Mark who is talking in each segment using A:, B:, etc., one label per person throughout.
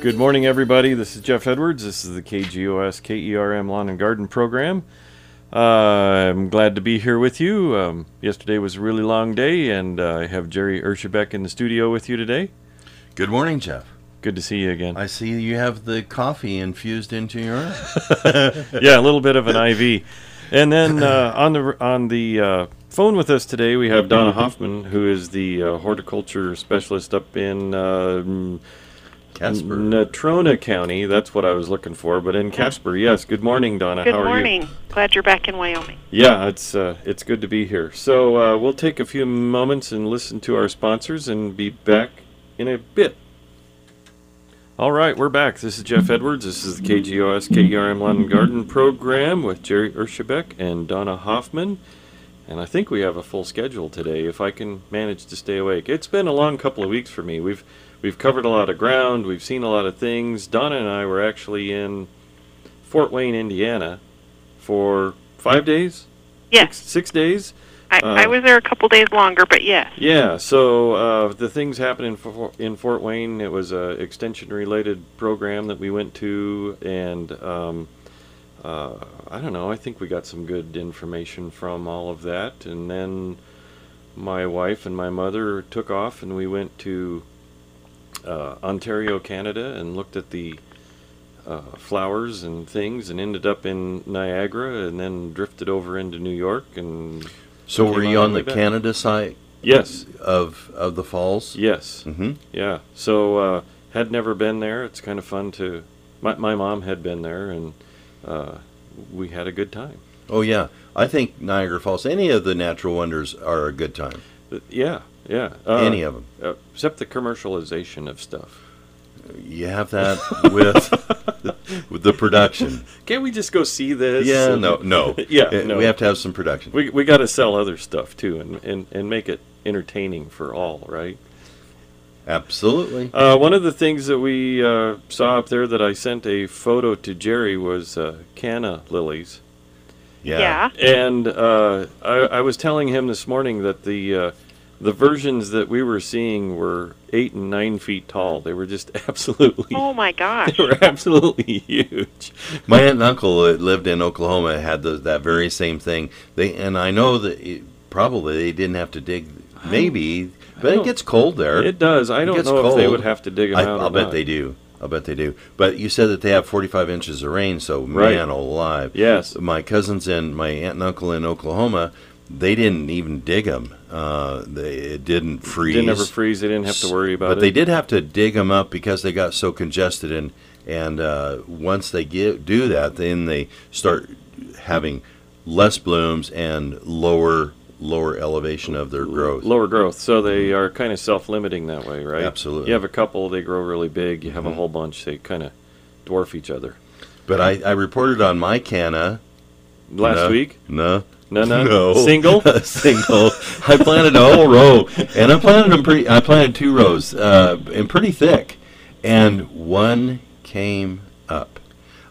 A: Good morning, everybody. This is Jeff Edwards. This is the KGOS KERM E Lawn and Garden Program. Uh, I'm glad to be here with you. Um, yesterday was a really long day, and uh, I have Jerry Ershebeck in the studio with you today.
B: Good morning, Jeff.
A: Good to see you again.
B: I see you have the coffee infused into your arm.
A: yeah, a little bit of an IV. And then uh, on the on the uh, phone with us today, we have Donna Hoffman, who is the uh, horticulture specialist up in uh, mm,
B: Casper.
A: Natrona County. That's what I was looking for, but in Casper. Yes. Good morning, Donna.
C: Good
A: How are
C: morning.
A: you?
C: Glad you're back in Wyoming.
A: Yeah, it's uh, it's good to be here. So uh, we'll take a few moments and listen to our sponsors, and be back in a bit. All right, we're back. This is Jeff Edwards. This is the KGOS KERM London Garden Program with Jerry Ershebeck and Donna Hoffman. And I think we have a full schedule today if I can manage to stay awake. It's been a long couple of weeks for me. We've we've covered a lot of ground, we've seen a lot of things. Donna and I were actually in Fort Wayne, Indiana for 5 days,
C: Yes,
A: 6 days.
C: I, I
A: uh,
C: was there a couple days longer, but yes.
A: Yeah, so uh, the things happening in Fort, in Fort Wayne, it was a extension-related program that we went to, and um, uh, I don't know. I think we got some good information from all of that, and then my wife and my mother took off, and we went to uh, Ontario, Canada, and looked at the uh, flowers and things, and ended up in Niagara, and then drifted over into New York, and
B: So were
A: Came
B: you
A: out
B: on
A: way
B: the
A: back.
B: Canada side
A: yes,
B: of of the falls?
A: yes.
B: Mm-hmm.
A: Yeah. So uh, had never been there. It's kind of fun to. My my mom had been there, and uh, we had a good time.
B: Oh yeah. I think Niagara Falls, any of the natural wonders, are a good time.
A: But yeah, yeah. Uh,
B: any of them.
A: uh, except the commercialization of stuff.
B: You have that with with the production.
A: Can't we just go see this?
B: Yeah.
A: And-
B: No. No.
A: Yeah,
B: Uh,
A: no.
B: We have to have some production.
A: We we got to sell other stuff too, and, and and make it entertaining for all, right?
B: Absolutely.
A: Uh, one of the things that we uh, saw up there that I sent a photo to Jerry was uh, canna lilies.
B: Yeah.
A: And uh, I, I was telling him this morning that the uh, the versions that we were seeing were eight and nine feet tall. They were just absolutely
C: Oh my gosh.
A: they were absolutely huge.
B: My aunt and uncle that lived in Oklahoma had the, that very same thing. They and I know that it, probably they didn't have to dig. Maybe, but
A: don't-
B: it gets cold there.
A: It does. I don't
B: gets
A: know if they
B: cold.
A: would have to dig them
B: I,
A: out.
B: I'll
A: or
B: bet
A: not.
B: they do. I'll bet they do. But you said that they have 45 inches of rain, so
A: Right.
B: man alive.
A: Yes.
B: My cousins and my aunt and uncle in Oklahoma, they didn't even dig them. Uh, they it didn't freeze.
A: Didn't ever freeze. They didn't have to worry about
B: But
A: it.
B: they did have to dig them up because they got so congested, and and uh, once they get do that, then they start having less blooms and lower lower elevation of their growth.
A: Lower growth, so they are kind of self-limiting that way, right?
B: Absolutely. Mm-hmm.
A: You have a couple, they grow really big. You have a whole bunch, they kind of dwarf each other.
B: But I, I reported on my canna
A: Last
B: no,
A: week,
B: No.
A: no, no,
B: No.
A: single.
B: single. I planted a whole row, and I planted them pretty. I planted two rows, uh, and pretty thick, and one came up.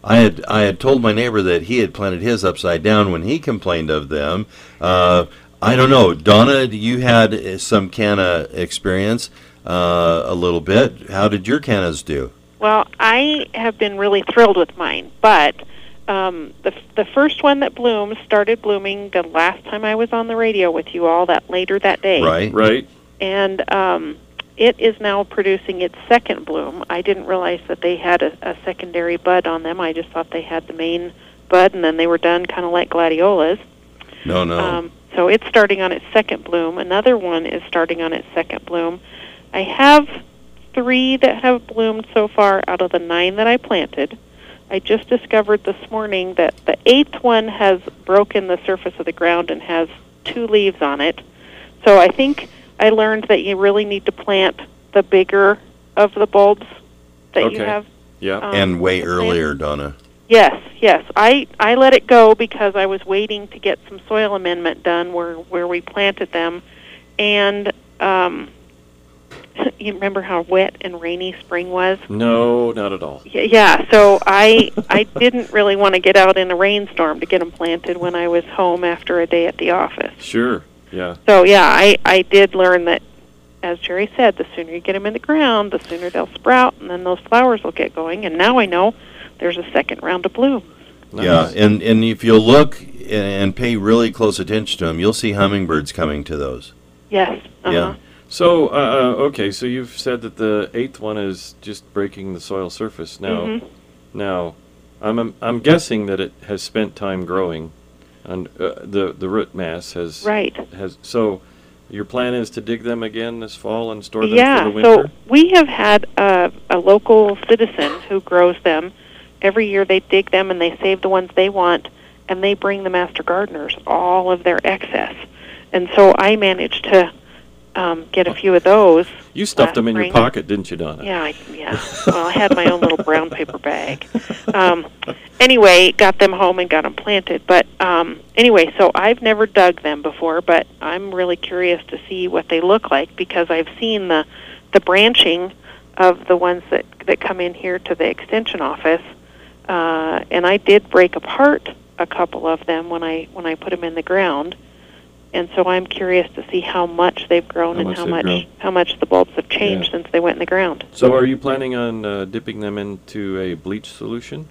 B: I had I had told my neighbor that he had planted his upside down when he complained of them. Uh, I don't know, Donna. You had uh, some canna experience uh, a little bit. How did your cannas do?
C: Well, I have been really thrilled with mine, but um, the the first one that blooms started blooming the last time I was on the radio with you all that later that day,
B: Right.
A: right?
C: and um, it is now producing its second bloom. I didn't realize that they had a, a secondary bud on them. I just thought they had the main bud, and then they were done, kind of like gladiolas.
B: No, no.
C: Um, so it's starting on its second bloom. Another one is starting on its second bloom. I have three that have bloomed so far out of the nine that I planted. I just discovered this morning that the eighth one has broken the surface of the ground and has two leaves on it. So I think I learned that you really need to plant the bigger of the bulbs that you
A: Okay.
C: have.
A: Yeah.
C: Um,
B: and way
C: planted.
B: earlier, Donna.
C: Yes, yes. I, I let it go because I was waiting to get some soil amendment done where, where we planted them. And um, you remember how wet and rainy spring was?
A: No, not at all.
C: Y- Yeah, so I I didn't really want to get out in a rainstorm to get them planted when I was home after a day at the office.
A: Sure. Yeah.
C: So yeah, I I did learn that as Jerry said, the sooner you get them in the ground, the sooner they'll sprout, and then those flowers will get going. And now I know there's a second round of bloom.
B: Yeah, and, and if you'll look and, and pay really close attention to them, you'll see hummingbirds coming to those.
C: Yes. Uh-huh.
B: Yeah.
A: So, uh, uh, okay, so you've said that the eighth one is just breaking the soil surface. Now,
C: Mhm.
A: now, I'm, I'm I'm guessing that it has spent time growing, and uh, the the root mass has
C: Right.
A: has. So, your plan is to dig them again this fall and store them
C: yeah,
A: for the winter.
C: so we have had a, a local citizen who grows them. Every year they dig them and they save the ones they want, and they bring the master gardeners all of their excess. And so I managed to um, get a few of those.
A: you stuffed them in your
C: spring-
A: pocket, didn't you, Donna?
C: Yeah, I, yeah. Well, I had my own little brown paper bag. Um, anyway, got them home and got them planted. But um, anyway, so I've never dug them before, but I'm really curious to see what they look like because I've seen the the branching of the ones that that come in here to the extension office, uh, and I did break apart a couple of them when I when I put them in the ground. And so I'm curious to see how much they've grown
A: How
C: and
A: much
C: how
A: they've
C: much
A: grown.
C: how much the bulbs have changed since they went in the ground.
A: So, are you planning on uh, dipping them into a bleach solution?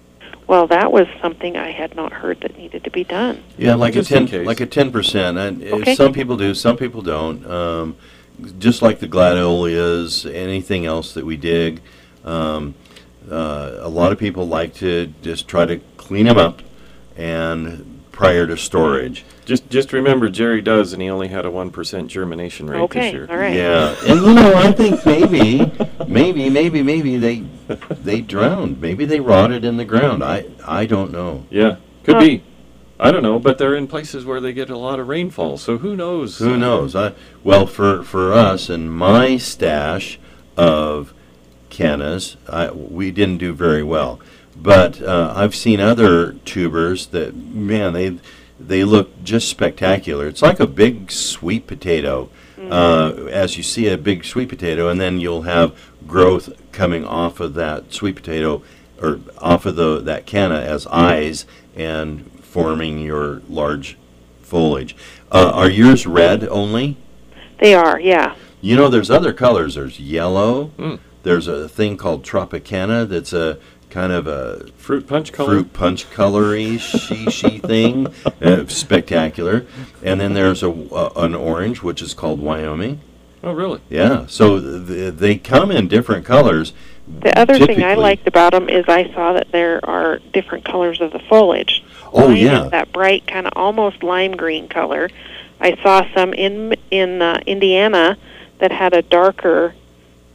C: Well, that was something I had not heard that needed to be done.
B: Yeah, like a
A: Just in
B: ten,
A: case.
B: like a ten percent. And uh,
C: Okay.
B: some people do, some people don't. Um, just like the gladiolas, anything else that we dig, um, uh, a lot of people like to just try to clean them up and prior to storage.
A: Just just remember, Jerry does, and he only had a one percent germination rate
C: okay,
A: this year.
C: all right.
B: Yeah, and you know, I think maybe, maybe, maybe, maybe they they drowned. Maybe they rotted in the ground. I I don't know.
A: Yeah, could
C: Huh.
A: be. I don't know, but they're in places where they get a lot of rainfall, so who knows? Uh,
B: Who knows? I well for for us and my stash of cannas, I, we didn't do very well. But uh, I've seen other tubers that man they they look just spectacular. It's like a big sweet potato. Uh, as you see a big sweet potato, and then you'll have growth coming off of that sweet potato or off of the that canna as eyes and forming your large foliage. Uh, are yours red only?
C: They are, yeah.
B: You know, there's other colors. There's yellow.
A: Mm.
B: There's a thing called Tropicana that's a kind of a
A: Fruit punch color.
B: fruit punch colory she she thing, uh, spectacular. And then there's a, a an orange which is called Wyoming.
A: Oh, really?
B: Yeah, so th- they come in different colors.
C: The other thing I
B: Typically-
C: liked about them is I saw that there are different colors of the foliage.
B: Oh
C: Mine is
B: yeah,
C: that bright kind of almost lime green color. I saw some in in uh, Indiana that had a darker,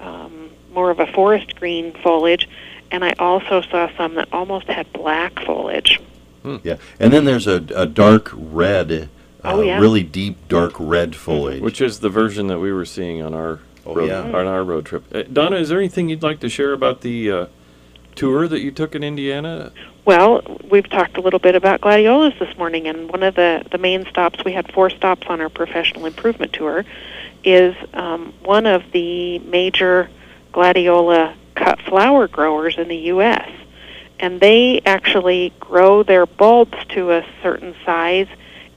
C: um, more of a forest green foliage, and I also saw some that almost had black foliage.
B: yeah. And then there's a, a dark red, uh,
C: Oh, yeah.
B: really deep dark red foliage.
A: Which is the version that we were seeing on our
B: Oh,
A: road,
B: yeah.
A: on our road trip. Uh, Donna, is there anything you'd like to share about the uh, tour that you took in Indiana?
C: Well, we've talked a little bit about gladiolas this morning, and one of the, the main stops, we had four stops on our professional improvement tour, is um, one of the major gladiola cut flower growers in the U.S. And they actually grow their bulbs to a certain size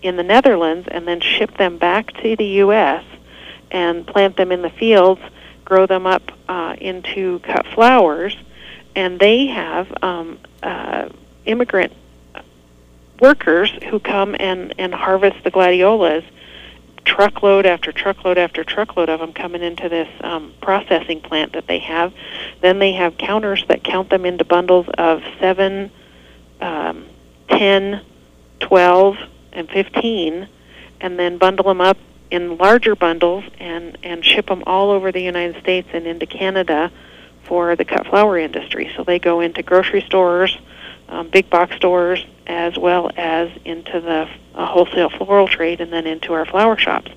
C: in the Netherlands and then ship them back to the U.S. and plant them in the fields, grow them up uh, into cut flowers, and they have um, uh, immigrant workers who come and, and harvest the gladiolas, truckload after truckload after truckload of them coming into this um, processing plant that they have. Then they have counters that count them into bundles of 7, um, 10, 12, and 15, and then bundle them up in larger bundles and, and ship them all over the United States and into Canada for the cut flower industry. So they go into grocery stores, um, big box stores, as well as into the uh, wholesale floral trade and then into our flower shops.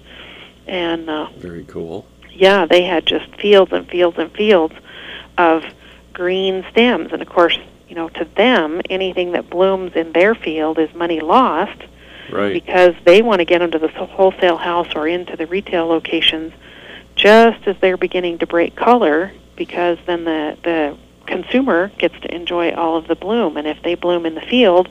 C: And uh,
A: Very cool.
C: yeah, they had just fields and fields and fields of green stems. And of course, you know, to them, anything that blooms in their field is money lost
A: Right.
C: because they want to get them to the s- wholesale house or into the retail locations just as they're beginning to break color because then the the consumer gets to enjoy all of the bloom and if they bloom in the field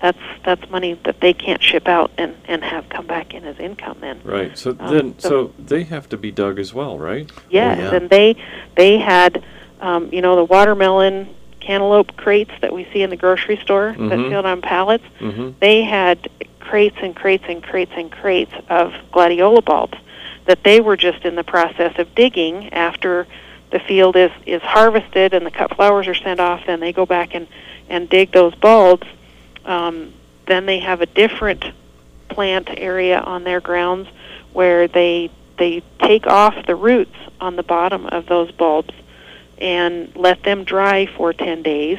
C: that's that's money that they can't ship out and and have come back in as income then
A: Right. So
C: Um,
A: then,
C: so-
A: so they have to be dug as well, right?
C: yes
B: yeah.
C: and they they had um you know the watermelon cantaloupe crates that we see in the grocery store
A: Mhm.
C: that's filled on pallets
A: hmm
C: they had crates and crates and crates and crates of gladiola bulbs that they were just in the process of digging after the field is is harvested and the cut flowers are sent off then they go back and and dig those bulbs um, then they have a different plant area on their grounds where they they take off the roots on the bottom of those bulbs and let them dry for 10 days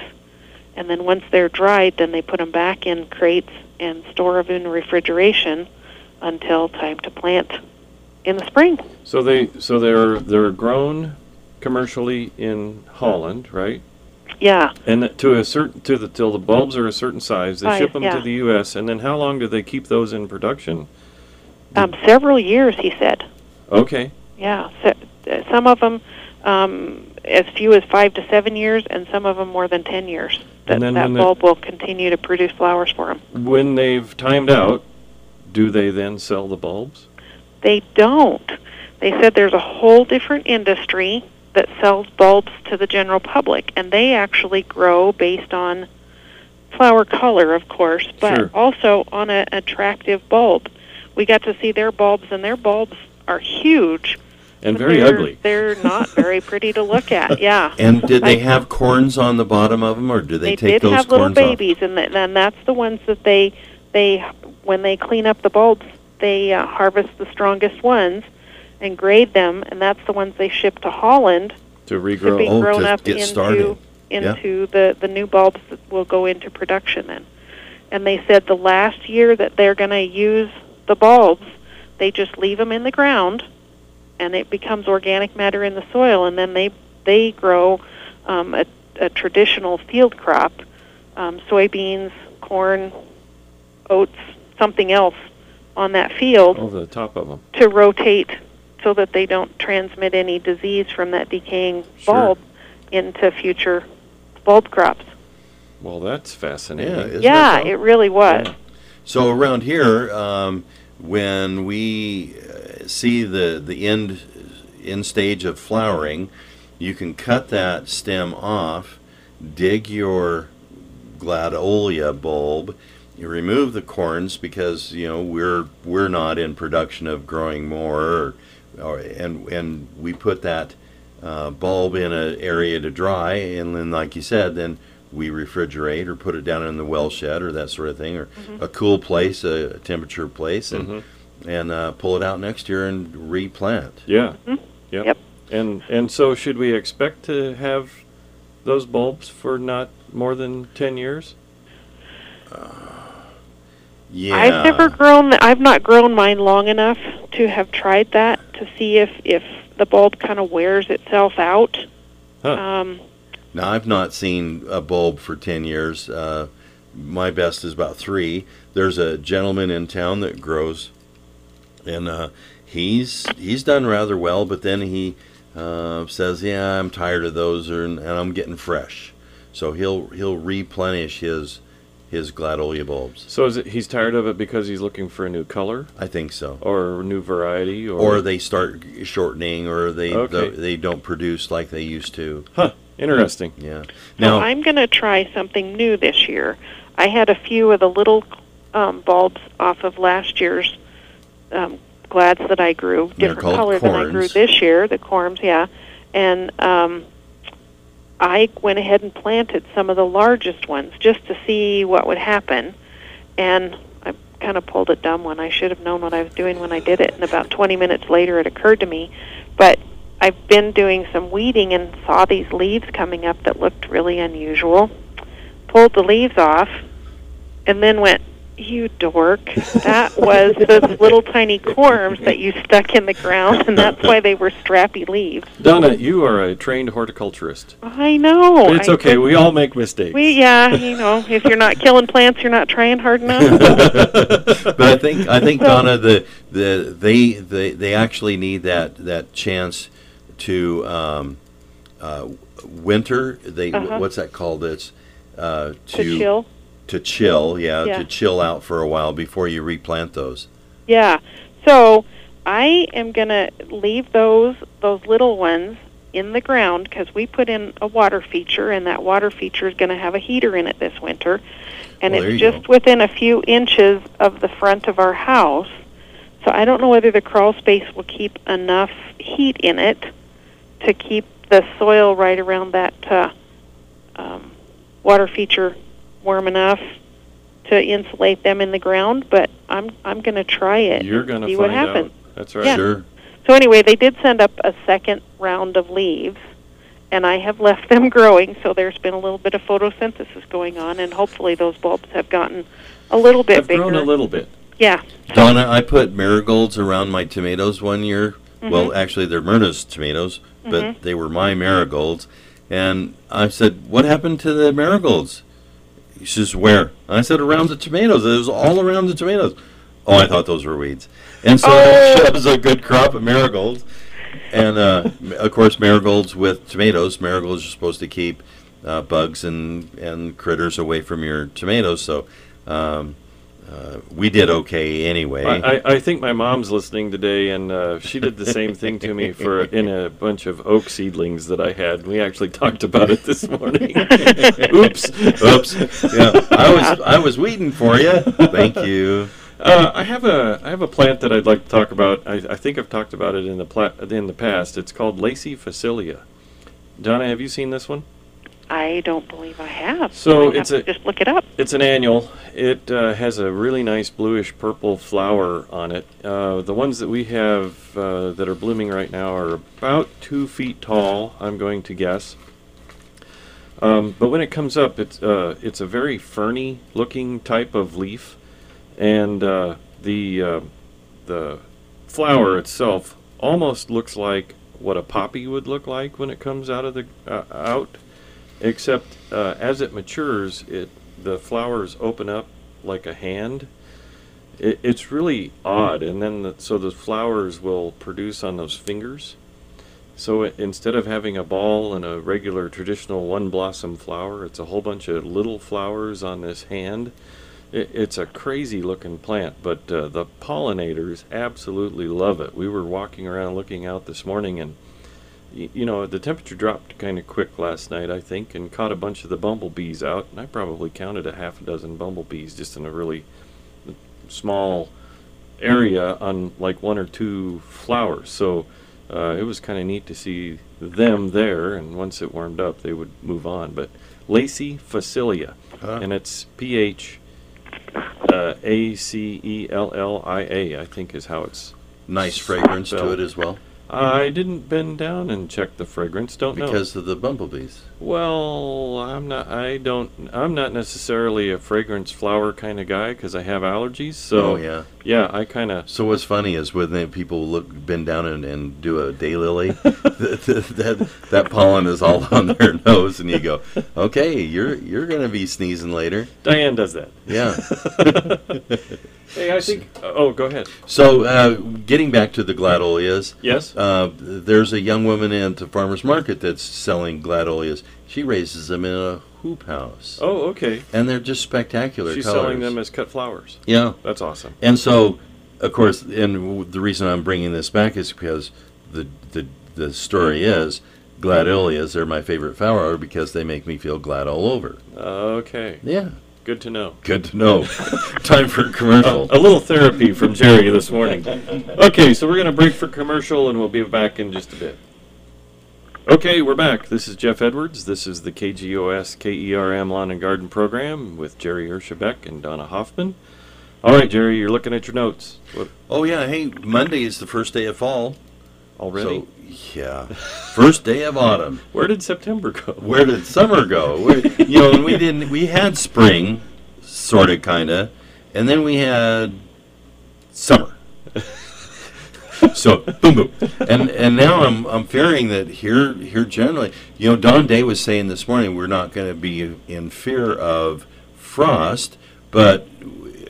C: and then once they're dried, then they put them back in crates and store them in refrigeration until time to plant in the spring.
A: So they, so they're they're grown commercially in Holland, right?
C: Yeah,
A: And to a certain to the till the bulbs are a certain size, they
C: Size,
A: ship them
C: yeah.
A: to the U.S. And then how long do they keep those in production?
C: um, several years, he said.
A: Okay.
C: Yeah, so, uh, some of them um, as few as five to seven years, and some of them more than ten years. That,
A: And then
C: that
A: when the-
C: bulb will continue to produce flowers for them.
A: When they've timed out, do they then sell the bulbs?
C: They don't. They said there's a whole different industry that sells bulbs to the general public, and they actually grow based on flower color, of course, but
A: Sure.
C: also on an attractive bulb. We got to see their bulbs, and their bulbs are huge
A: And
C: but
A: very
C: they're-
A: ugly.
C: They're not very pretty to look at. Yeah.
B: And did they
C: I-
B: have corns on the bottom of them, or did they,
C: did
B: take those
C: have little
B: corns
C: babies, and th- then that's the ones that they they when they clean up the bulbs, they uh, harvest the strongest ones and grade them, and that's the ones they ship to Holland
A: To
C: to be
A: regrow.
B: Oh,
C: grown
B: to
C: up
B: get
C: into
B: started. Yeah.
C: into the the new bulbs that will go into production then. And they said the last year that they're going to use the bulbs, they just leave them in the ground, and it becomes organic matter in the soil, and then they they grow um, a, a traditional field crop, um, soybeans, corn, oats, something else on that field
A: Over the top of them.
C: to rotate so that they don't transmit any disease from that decaying
A: Sure.
C: bulb into future bulb crops.
A: Well, that's
B: on? Yeah,
A: fascinating.
B: isn't
C: yeah,
B: that so?
C: it really was.
A: Yeah.
B: So around here, um, when we uh, see the the end end stage of flowering, you can cut that stem off, dig your gladiola bulb, you remove the corns because you know we're we're not in production of growing more, or, or, and and we put that uh, bulb in an area to dry, and then like you said, then we refrigerate or put it down in the well shed or that sort of thing, or a cool place, a temperature place, and and uh, pull it out next year and replant.
A: Yeah. Yep.
C: Mm-hmm. Yep.
A: And and so should we expect to have those bulbs for not more than ten years?
B: Yeah,
C: I've never grown. I've not grown mine long enough to have tried that to see if if the bulb kind of wears itself out.
A: Huh.
C: Um,
B: Now I've not seen a bulb for ten years. Uh, my best is about three. There's a gentleman in town that grows, and uh, he's he's done rather well. But then he uh, says, "Yeah, I'm tired of those, or, and I'm getting fresh." So he'll he'll replenish his his gladiola bulbs.
A: So is it he's tired of it because he's looking for a new color
B: I think so.
A: or a new variety or,
B: Or they start shortening, or they
A: Okay.
B: they don't produce like they used to.
A: huh? Interesting.
B: Yeah.
C: So
B: Now
C: I'm going to try something new this year. I had a few of the little um, bulbs off of last year's um, glads that I grew,
B: They're
C: different
B: called
C: color than I grew
B: corns.
C: this year, the corms, yeah. And um, I went ahead and planted some of the largest ones just to see what would happen. And I kind of pulled a dumb one. I should have known what I was doing when I did it. And about 20 minutes later, it occurred to me. But I've been doing some weeding and saw these leaves coming up that looked really unusual. Pulled the leaves off and then went, You dork. That was those little tiny corms that you stuck in the ground, and that's why they were strappy leaves.
A: Donna, you are a trained horticulturist.
C: I know.
A: it's
C: Oh, I
A: okay.
C: just-
A: We all make mistakes.
C: We, yeah, you know, if you're not killing plants, you're not trying hard enough.
B: but I think I think Donna, the the they they, they actually need that that chance to um, uh, winter. They
C: Uh-huh.
B: what's that called? It's uh, to
C: to chill.
B: to chill, yeah,
C: Yeah.
B: to chill out for a while before you replant those.
C: Yeah. So I am going to leave those those little ones in the ground because we put in a water feature, and that water feature is going to have a heater in it this winter. And
B: Well,
C: it's
B: there you
C: just within a few inches of the front of our house. So I don't know whether the crawl space will keep enough heat in it to keep the soil right around that uh, um, water feature warm enough to insulate them in the ground. But I'm I'm going to try it.
A: You're gonna
C: see
A: find
C: what happens.
A: out. That's right.
C: Yeah.
B: Sure.
C: So anyway, they did send up a second round of leaves, and I have left them growing. So there's been a little bit of photosynthesis going on, and hopefully those bulbs have gotten a little bit
A: I've
C: bigger.
A: grown a little bit.
C: yeah.
B: Donna, I put marigolds around my tomatoes one year. Well, actually, they're Myrna's tomatoes, but they were my marigolds. And I said, What happened to the marigolds? She says, Where? I said, Around the tomatoes. It was all around the tomatoes. Oh, I thought those were weeds. And so that shows a good crop of marigolds. And uh, m- of course, marigolds with tomatoes. Marigolds are supposed to keep uh, bugs and, and critters away from your tomatoes. So um, uh, we did okay anyway.
A: I, I, I think my mom's listening today, and uh, she did the same thing to me for in a bunch of oak seedlings that I had. We actually talked about it this morning. Oops.
B: Oops. Yeah, I was I was waiting for you. Thank you.
A: Uh, I have a I have a plant that I'd like to talk about. I, I think I've talked about it in the pla- in the past. It's called Lacey facilia. Donna, have you seen this one?
C: I don't believe I have.
A: So
C: I have
A: it's
C: to
A: a-
C: just look it up.
A: It's an annual. It uh, has a really nice bluish purple flower on it. Uh, the ones that we have uh, that are blooming right now are about two feet tall. I'm going to guess. Um, but when it comes up, it's uh, it's a very ferny looking type of leaf, and uh, the uh, the flower itself almost looks like what a poppy would look like when it comes out of the uh, out except uh, as it matures, it the flowers open up like a hand. It, it's really odd, and then the, so the flowers will produce on those fingers. So i instead of having a ball and a regular traditional one blossom flower, it's a whole bunch of little flowers on this hand. It, it's a crazy looking plant, but uh, the pollinators absolutely love it. We were walking around looking out this morning, and y- you know, the temperature dropped kind of quick last night, I think, and caught a bunch of the bumblebees out. And I probably counted a half a dozen bumblebees just in a really mm, small area on like one or two flowers. So uh, it was kind of neat to see them there. And once it warmed up, they would move on. But Lacey facilia,
B: Huh.
A: and it's P H uh, A C E L L I A, I think is how it's
B: Nice fragrance to it as well
A: I didn't bend down and check the fragrance. Don't know.
B: because of the bumblebees.
A: well, I'm not. I don't. I'm not necessarily a fragrance flower kind of guy because I have allergies. So
B: oh yeah.
A: yeah, I kind of.
B: So what's funny is when they, people look bend down and, and do a daylily, th- th- that that pollen is all on their nose, and you go, okay, you're you're gonna be sneezing later.
A: Diane does that.
B: Yeah.
A: Hey, I think. Oh, go ahead.
B: So uh, getting back to the gladolias.
A: Yes.
B: Uh, there's a young woman at the farmer's market that's selling gladolias. She raises them in a hoop house.
A: Oh, okay.
B: And they're just spectacular
A: She's
B: colors.
A: selling them as cut flowers.
B: yeah.
A: That's awesome.
B: And so, of course, and w- the reason I'm bringing this back is because the the, the story is gladolias are my favorite flower because they make me feel glad all over.
A: Okay.
B: Yeah.
A: Good to know.
B: Good to know. Time for a commercial.
A: A little therapy from Jerry this morning. Okay, so we're going to break for commercial and we'll be back in just a bit. Okay, we're back. This is Jeff Edwards. This is the KGOS KERM E Lawn and Garden program with Jerry Ershabeck and Donna Hoffman. All right, Jerry, you're looking at your notes. What,
B: Oh yeah, hey, Monday is the first day of fall.
A: already?
B: So yeah, first day of autumn.
A: Where did September go?
B: where did summer go? Where, you know, and we didn't. We had spring, sort of, kind of, and then we had summer. so boom, boom, and and now I'm I'm fearing that here here generally, you know, Don Day was saying this morning we're not going to be in fear of frost, but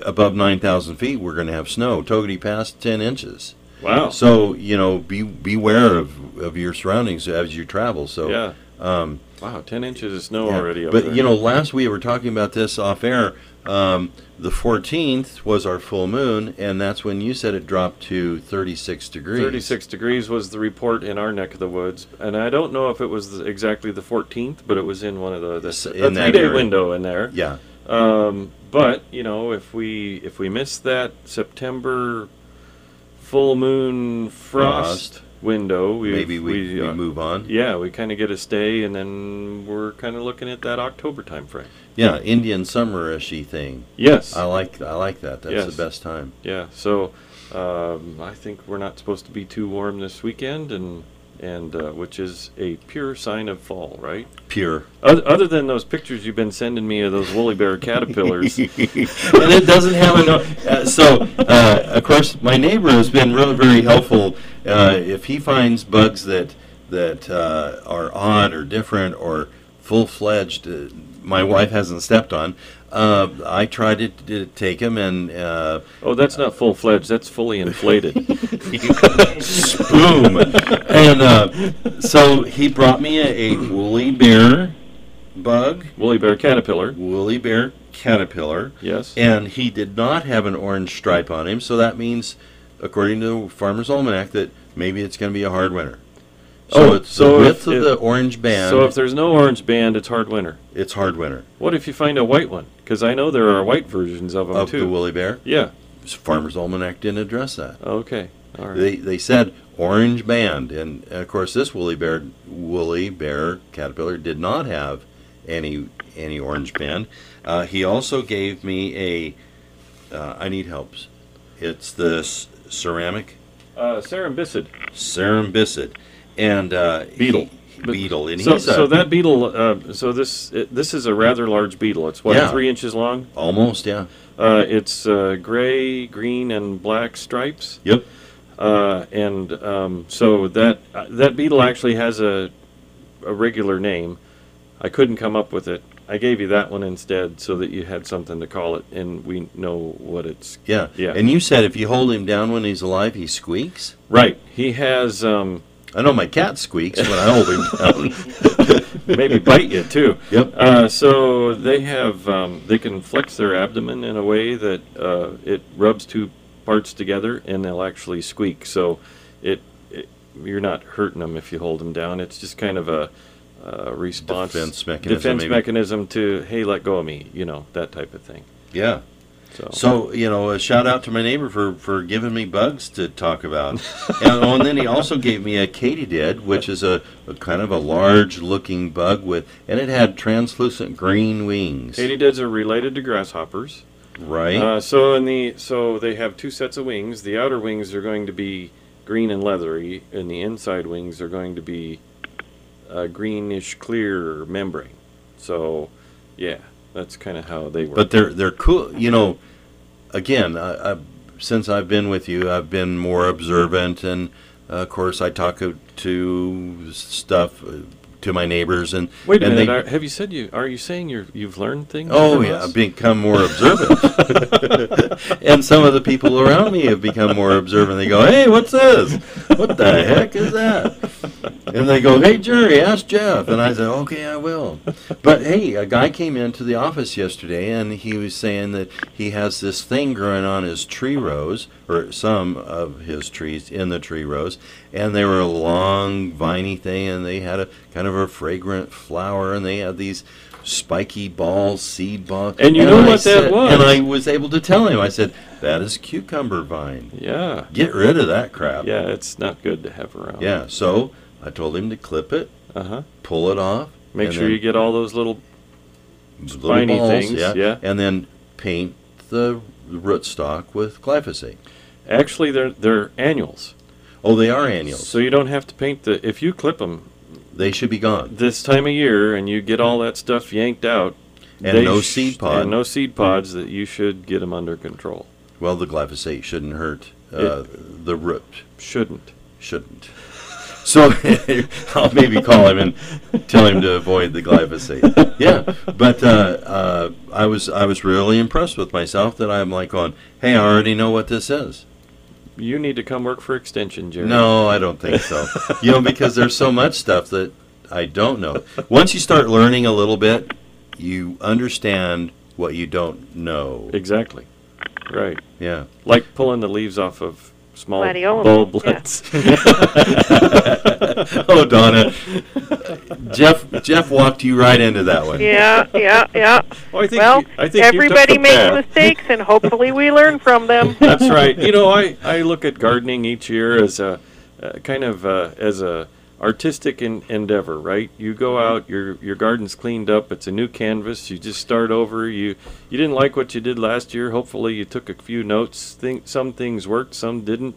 B: above nine thousand feet we're going to have snow. Togedy Pass ten inches.
A: Wow.
B: So you know, be beware of of your surroundings as you travel. So
A: yeah.
B: um,
A: Wow, 10 inches of snow
B: Yeah,
A: already up
B: but
A: there.
B: you know, last we were talking about this off air. Um, the 14th was our full moon, and that's when you said it dropped to 36 degrees.
A: 36 degrees was the report in our neck of the woods, and I don't know if it was the- exactly the 14th, but it was in one of the this,
B: S-
A: a
B: in that
A: three-day
B: area.
A: window in there.
B: Yeah.
A: Um, but you know, if we if we miss that September full moon frost,
B: Frost.
A: window, we
B: Maybe we, we,
A: uh,
B: move on.
A: Yeah, we kind of get a stay, and then we're kind of looking at that October time frame.
B: Yeah, Indian summerishy thing.
A: Yes.
B: I like I like that. That's
A: Yes.
B: the best time.
A: Yeah, so um, I think we're not supposed to be too warm this weekend, and and uh, which is a pure sign of fall, right?
B: Pure.
A: Oth- Other than those pictures you've been sending me of those woolly bear caterpillars,
B: and it doesn't have a no- uh, so uh, of course my neighbor has been really very helpful uh, if he finds bugs that that uh, are odd or different or full-fledged uh, my wife hasn't stepped on uh, I try to, to take him and uh,
A: oh, that's not full fledged. That's fully inflated.
B: boom and uh, so he brought me a, a woolly bear bug
A: woolly bear caterpillar.
B: woolly bear caterpillar
A: Yes.
B: and he did not have an orange stripe on him, so that means, according to Farmer's Almanac, that maybe it's going to be a hard winter. So
A: Oh,
B: it's
A: so
B: the
A: if-
B: width of
A: if-
B: the orange band.
A: So if there's no orange band, it's hard winter.
B: it's hard winter
A: What if you find a white one? Because I know there are white versions of them
B: of the
A: too.
B: woolly bear.
A: yeah.
B: Farmer's Almanac didn't address that.
A: Okay. All right.
B: They they said orange band, and of course this woolly bear woolly bear caterpillar did not have any any orange band. Uh, he also gave me a. Uh, I need helps. It's this ceramic
A: Uh, cerambycid.
B: Cerambycid and uh,
A: Beetle.
B: he-
A: But-
B: beetle, and
A: So,
B: he's a-
A: so that beetle, uh, so this it, this is a rather large beetle. It's what
B: Yeah.
A: three inches long.
B: almost yeah.
A: Uh, it's uh, gray, green, and black stripes,
B: Yep.
A: uh, and um, so that uh, that beetle actually has a a regular name. I couldn't come up with it. I gave you that one instead, so that you had something to call it, and we know what it's.
B: Yeah.
A: Yeah.
B: And you said if you hold him down when he's alive, he squeaks.
A: Right. He has um,
B: I know my cat squeaks when I hold him down.
A: maybe bite you too.
B: Yep.
A: Uh, so they have um, they can flex their abdomen in a way that uh, it rubs two parts together and they'll actually squeak. So it, it you're not hurting them if you hold them down. It's just kind of a uh, response
B: Defense mechanism,
A: defense
B: maybe.
A: mechanism to hey, let go of me, you know that type of thing.
B: yeah.
A: So,
B: So you know, a shout out to my neighbor for for giving me bugs to talk about, and, oh, and then he also gave me a katydid, which is a, a kind of a large looking bug with, and it had translucent green wings.
A: katydids are related to grasshoppers.
B: Right.
A: Uh, so in the so they have two sets of wings. The outer wings are going to be green and leathery, and the inside wings are going to be a greenish clear membrane. So, yeah, that's kind of how they work.
B: But they're they're cool. You know, again, I, I, since I've been with you, I've been more observant, and uh, of course, I talk o- to stuff uh, to my neighbors, and
A: wait a
B: and
A: minute,
B: they-
A: are, have you said you are you saying you you've learned things?
B: Oh
A: from
B: yeah,
A: us?
B: I've become more observant, and some of the people around me have become more observant. They go, "Hey, what's this? What the heck is that?" And they go, "Hey, Jerry, ask Jeff." And I said, "Okay, I will." But hey, a guy came into the office yesterday, and he was saying that he has this thing growing on his tree rows, or some of his trees in the tree rows, and they were a long, viney thing, and they had a kind of a fragrant flower, and they had these spiky ball seed balls.
A: And you know
B: I
A: what that
B: said-
A: was.
B: And I was able to tell him. I said, "That is cucumber vine.
A: yeah,
B: Get rid of that crap."
A: yeah. It's not good to have around.
B: Yeah. So I told him to clip it,
A: Uh huh.
B: pull it off.
A: Make
B: and
A: sure
B: then
A: you get all those little.
B: little
A: spiny
B: balls,
A: things, yeah.
B: and then paint the rootstock with glyphosate.
A: Actually, they're they're annuals,
B: Oh, they are annuals.
A: so you don't have to paint the. If you clip them,
B: They should be gone.
A: this time of year and you get all that stuff yanked out
B: And
A: they
B: no seed pod.
A: and no seed pods that you should get them under control
B: Well, the glyphosate shouldn't hurt uh, the root.
A: shouldn't
B: Shouldn't. So I'll maybe call him and tell him to avoid the glyphosate. Yeah, but uh, uh, I was I was really impressed with myself that I'm like going, hey, I already know what this is.
A: you need to come work for extension jerry
B: No, I don't think so. you know, because there's so much stuff that I don't know. Once you start learning a little bit, you understand what you don't know.
A: Exactly. Right.
B: Yeah.
A: Like pulling the leaves off of small
C: Gladiola,
A: bulblets.
B: oh, Donna. Jeff Jeff walked you right into that one.
C: Yeah, yeah, yeah.
A: Oh, I think
C: well,
A: you- I think you took
C: everybody
A: the
C: makes
A: path.
C: mistakes, and hopefully we learn from them.
A: That's right. You know, I, I look at gardening each year as a uh, kind of uh, as a artistic en- endeavor, right? You go out, your your garden's cleaned up, it's a new canvas. You just start over. You you didn't like what you did last year. Hopefully, you took a few notes. Think some things worked, some didn't,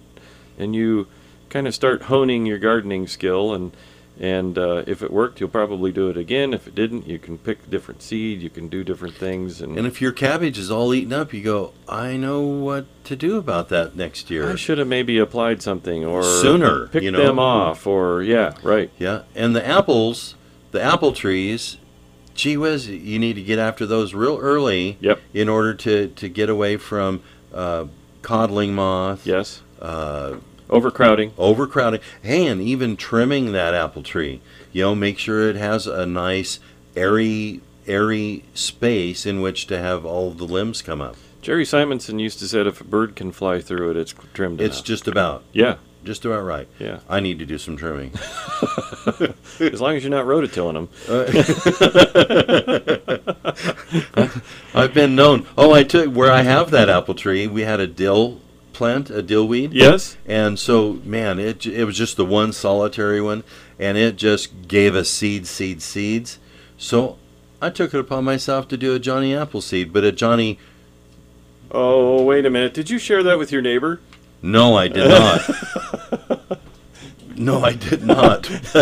A: and you kind of start honing your gardening skill and. And uh, if it worked, you'll probably do it again. If it didn't, you can pick different seed. You can do different things, and,
B: And if your cabbage is all eaten up, you go, I know what to do about that next year.
A: I should have maybe applied something or
B: Sooner,
A: picked
B: you know.
A: them off or yeah, right.
B: Yeah, and the apples, the apple trees, gee whiz, you need to get after those real early.
A: Yep.
B: In order to to get away from uh, coddling moth.
A: Yes.
B: Uh,
A: Overcrowding.
B: overcrowding. Hey, and even trimming that apple tree. You know, make sure it has a nice airy airy space in which to have all the limbs come up.
A: Jerry Simonson used to said if a bird can fly through it, it's trimmed
B: It's
A: enough.
B: just about
A: yeah,
B: just about right.
A: yeah.
B: I need to do some trimming.
A: As long as you're not rototilling them.
B: I've been known. Oh, I took where I have that apple tree. We had a dill plant, a dill weed.
A: Yes.
B: And so, man, it j- it was just the one solitary one, and it just gave us seeds, seeds, seeds. So, I took it upon myself to do a Johnny Appleseed, but a Johnny.
A: Oh wait a minute. Did you share that with your neighbor?
B: No, I did not. no, I did not.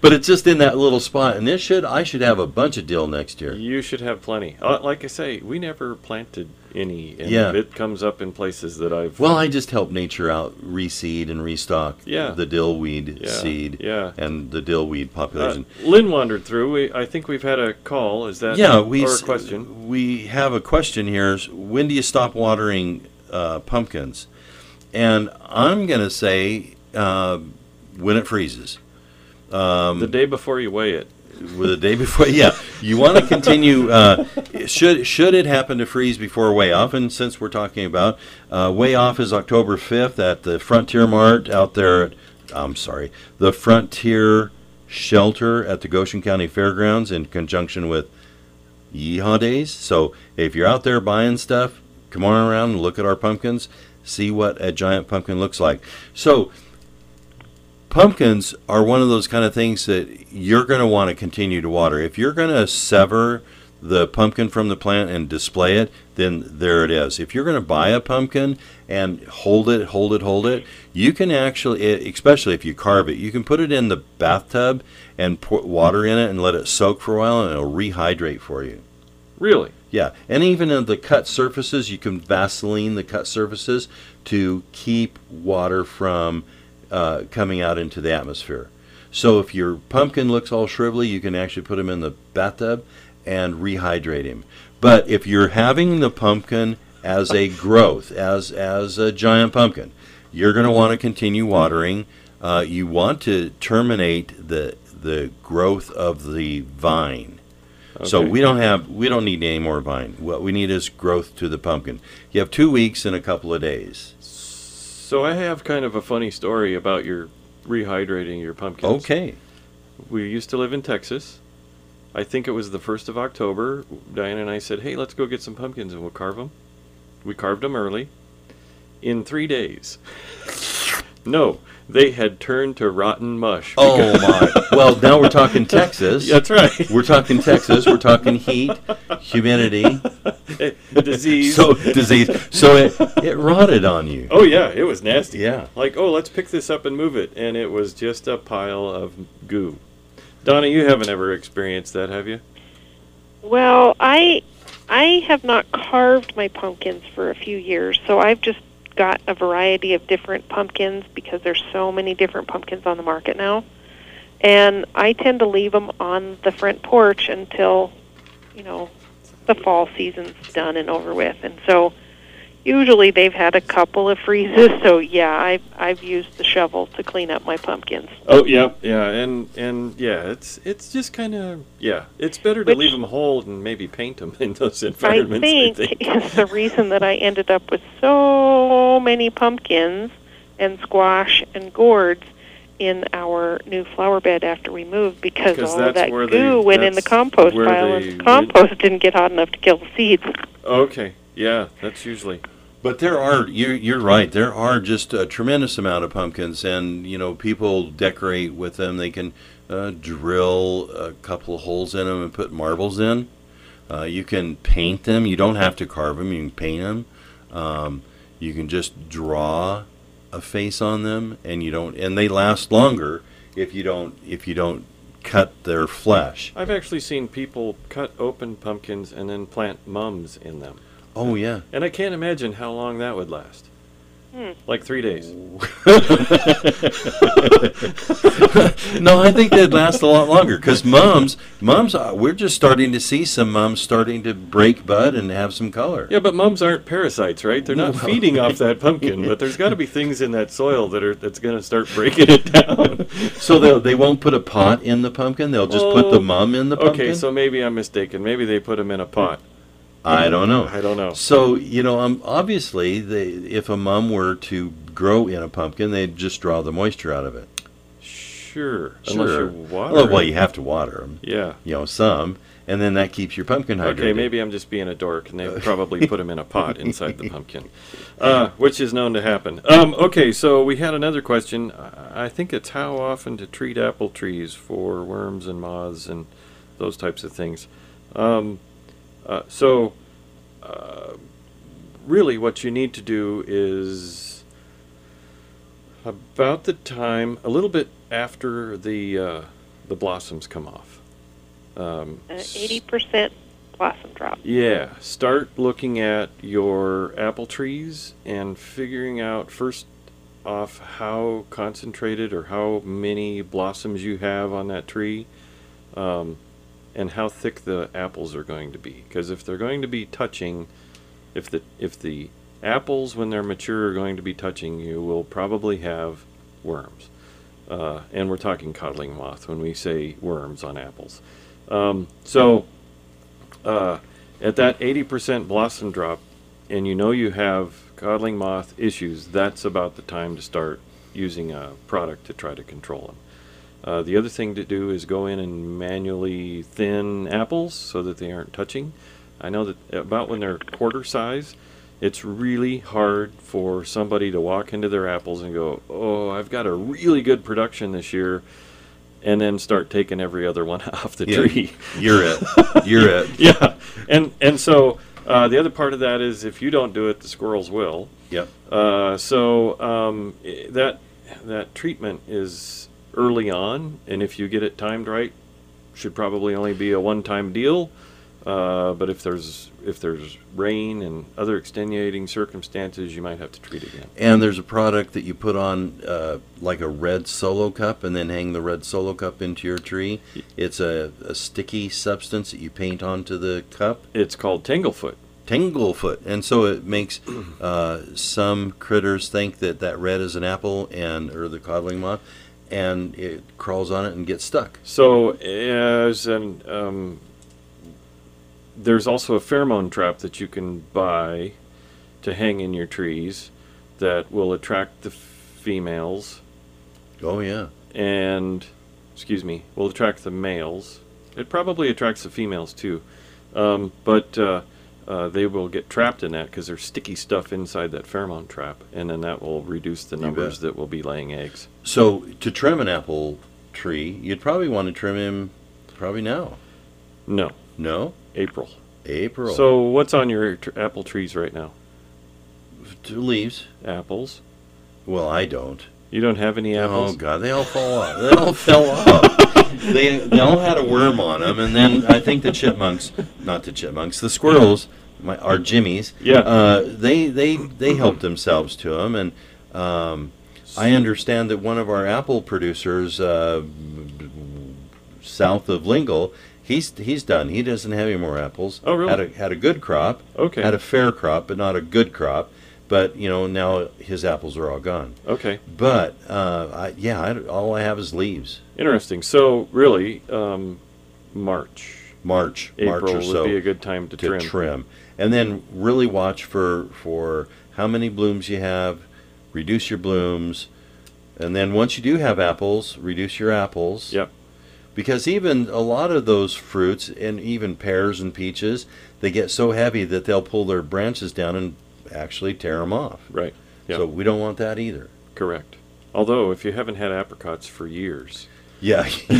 B: but it's just in that little spot, and this should I should have a bunch of dill next year.
A: You should have plenty. Uh, like I say, we never planted any. And
B: Yeah.
A: It comes up in places that I've.
B: Well, I just help nature out reseed and restock
A: Yeah.
B: the dill weed
A: Yeah,
B: seed
A: yeah.
B: and the dill weed
A: uh,
B: population.
A: Lynn wandered through. We, I think we've had a call. Is that
B: yeah, we
A: Uh, or a
B: s-
A: question?
B: we have a question here. is When do you stop watering uh, pumpkins? And I'm gonna say uh, when it freezes, um,
A: the day before you weigh it.
B: with the day before. Yeah, you want to continue. Uh, should should it happen to freeze before way off? And since we're talking about uh, way off is October fifth at the Frontier Mart out there. At, I'm sorry, the Frontier Shelter at the Goshen County Fairgrounds in conjunction with Yeehaw Days. So if you're out there buying stuff, come on around and look at our pumpkins. See what a giant pumpkin looks like. So pumpkins are one of those kind of things that you're going to want to continue to water. If you're going to sever the pumpkin from the plant and display it, then there it is. If you're going to buy a pumpkin and hold it, hold it, hold it, you can actually, e- especially if you carve it, you can put it in the bathtub and put water in it and let it soak for a while and it'll rehydrate for you.
A: Really?
B: Yeah, and even in the cut surfaces, you can Vaseline the cut surfaces to keep water from uh, coming out into the atmosphere. So if your pumpkin looks all shrivelly, you can actually put him in the bathtub and rehydrate him. But if you're having the pumpkin as a growth, as as a giant pumpkin, you're going to want to continue watering. Uh, you want to terminate the the growth of the vine. So
A: Okay.
B: we don't have we don't need any more vine. What we need is growth to the pumpkin. You have two weeks and a couple of days.
A: So I have kind of a funny story about your rehydrating your pumpkins.
B: Okay.
A: We used to live in Texas. I think it was the 1st of October. Diane and I said, hey, let's go get some pumpkins and we'll carve them. We carved them early. In three days. No, they had turned to rotten mush.
B: Oh my. Well, now we're talking Texas.
A: That's right.
B: We're talking Texas. We're talking heat, humidity,
A: Disease.
B: so disease. So it it rotted on you.
A: oh, yeah, it was nasty.
B: Yeah.
A: Like, oh, let's pick this up and move it. And it was just a pile of goo. Donna, you haven't ever experienced that, have you?
C: Well, I I have not carved my pumpkins for a few years, so I've just got a variety of different pumpkins because there's so many different pumpkins on the market now. And I tend to leave them on the front porch until, you know, the fall season's done and over with. And so usually they've had a couple of freezes, so yeah, I've I've used the shovel to clean up my pumpkins.
A: Oh yeah, yeah, and and yeah, it's it's just kind of yeah. It's better to
C: Which-
A: leave them whole and maybe paint them in those
C: I
A: environments.
C: think is the reason that I ended up with so many pumpkins and squash and gourds in our new flower bed after we moved because
A: Because
C: all of
A: that's
C: that
A: where
C: goo
A: they-
C: went in the
A: that's
C: compost
A: where
C: pile
A: they
C: and the compost didn't get hot enough to kill the seeds. Uh,
A: Okay, yeah, that's usually
B: But there are you're you're right. There are just a tremendous amount of pumpkins, and you know people decorate with them. They can uh, drill a couple of holes in them and put marbles in. Uh, you can paint them. You don't have to carve them. You can paint them. Um, you can just draw a face on them, and you don't. And they last longer if you don't if you don't cut their flesh.
A: I've actually seen people cut open pumpkins and then plant mums in them,
B: Oh yeah.
A: and I can't imagine how long that would last.
C: Hmm.
A: Like three days.
B: no, I think they'd last a lot longer because mums, mums, uh, we're just starting to see some mums starting to break bud and have some color.
A: Yeah, but mums aren't parasites, right? They're not
B: No.
A: feeding off that pumpkin, but there's got to be things in that soil that are that's going to start breaking it down.
B: So they they won't put a pot in the pumpkin; they'll just put
A: Oh,
B: the mum in the pumpkin.
A: Okay, so maybe I'm mistaken. Maybe they put them in a pot.
B: I don't know.
A: I don't know.
B: So you know, um, obviously, they, if a mum were to grow in a pumpkin, they'd just draw the moisture out of it.
A: Sure. Unless
B: Sure. Oh,
A: you water.
B: Well, well,
A: it.
B: you have to water them,
A: yeah.
B: you know, some, and then that keeps your pumpkin hydrated.
A: Okay, maybe I'm just being a dork, and they probably put them in a pot inside the pumpkin, uh, which is known to happen. Um, okay, so we had another question. I I think it's how often to treat apple trees for worms and moths and those types of things. Um, uh, so, uh, really, what you need to do is about the time, a little bit after the uh, the blossoms come off. Um,
C: Uh, Eighty percent blossom drop.
A: yeah, start looking at your apple trees and figuring out first off how concentrated or how many blossoms you have on that tree um, and how thick the apples are going to be because if they're going to be touching if the if the apples when they're mature are going to be touching you will probably have worms uh, and we're talking coddling moth when we say worms on apples um, so uh, at that 80% blossom drop and you know you have coddling moth issues, that's about the time to start using a product to try to control them. Uh, the other thing to do is go in and manually thin apples so that they aren't touching. I know that about when they're quarter size, it's really hard for somebody to walk into their apples and go, "Oh, I've got a really good production this year," and then start taking every other one off the
B: Yeah.
A: tree
B: You're it. You're it.
A: yeah, and and so uh, the other part of that is if you don't do it, the squirrels will.
B: Yep.
A: Uh, so um, i- that that treatment is early on, and if you get it timed right, should probably only be a one-time deal. Uh, but if there's if there's rain and other extenuating circumstances, you might have to treat again.
B: And there's a product that you put on uh, like a red solo cup and then hang the red solo cup into your tree. It's a, a sticky substance that you paint onto the cup,
A: It's called tanglefoot.
B: tanglefoot. And so it makes uh, some critters think that that red is an apple and or the coddling moth, and it crawls on it and gets stuck.
A: So as an um, there's also a pheromone trap that you can buy to hang in your trees that will attract the females
B: Oh, yeah.
A: and excuse me will attract the males. It probably attracts the females too, um, but uh, uh, they will get trapped in that because there's sticky stuff inside that pheromone trap, and then that will reduce the numbers that will be laying eggs.
B: So to trim an apple tree, you'd probably want to trim him probably now.
A: No,
B: No?
A: April.
B: April.
A: So what's on your tr- apple trees right now?
B: two leaves.
A: Apples.
B: Well, I don't.
A: You don't have any
B: Oh
A: apples?
B: God, they all fall off. They all fell off. They, they all had a worm on them, and then I think the chipmunks, not the chipmunks, the squirrels, my our jimmies.
A: Yeah.
B: Uh, they they they helped themselves to them, and um, I understand that one of our apple producers uh, south of Lingle He's he's done. He doesn't have any more apples.
A: Oh, really?
B: Had a had a good crop.
A: Okay.
B: Had a fair crop, but not a good crop. But you know now his apples are all gone.
A: Okay.
B: But uh, I, yeah, I, all I have is leaves.
A: Interesting. So really, um, March,
B: March, March
A: April
B: or so
A: would be a good time to,
B: to
A: trim.
B: trim. and then really watch for for how many blooms you have. Reduce your blooms, and then once you do have apples, reduce your apples.
A: Yep.
B: Because even a lot of those fruits and even pears and peaches, they get so heavy that they'll pull their branches down and actually tear them off.
A: Right. Yep.
B: So we don't want that either.
A: Correct. Although if you haven't had apricots for years,
B: Yeah.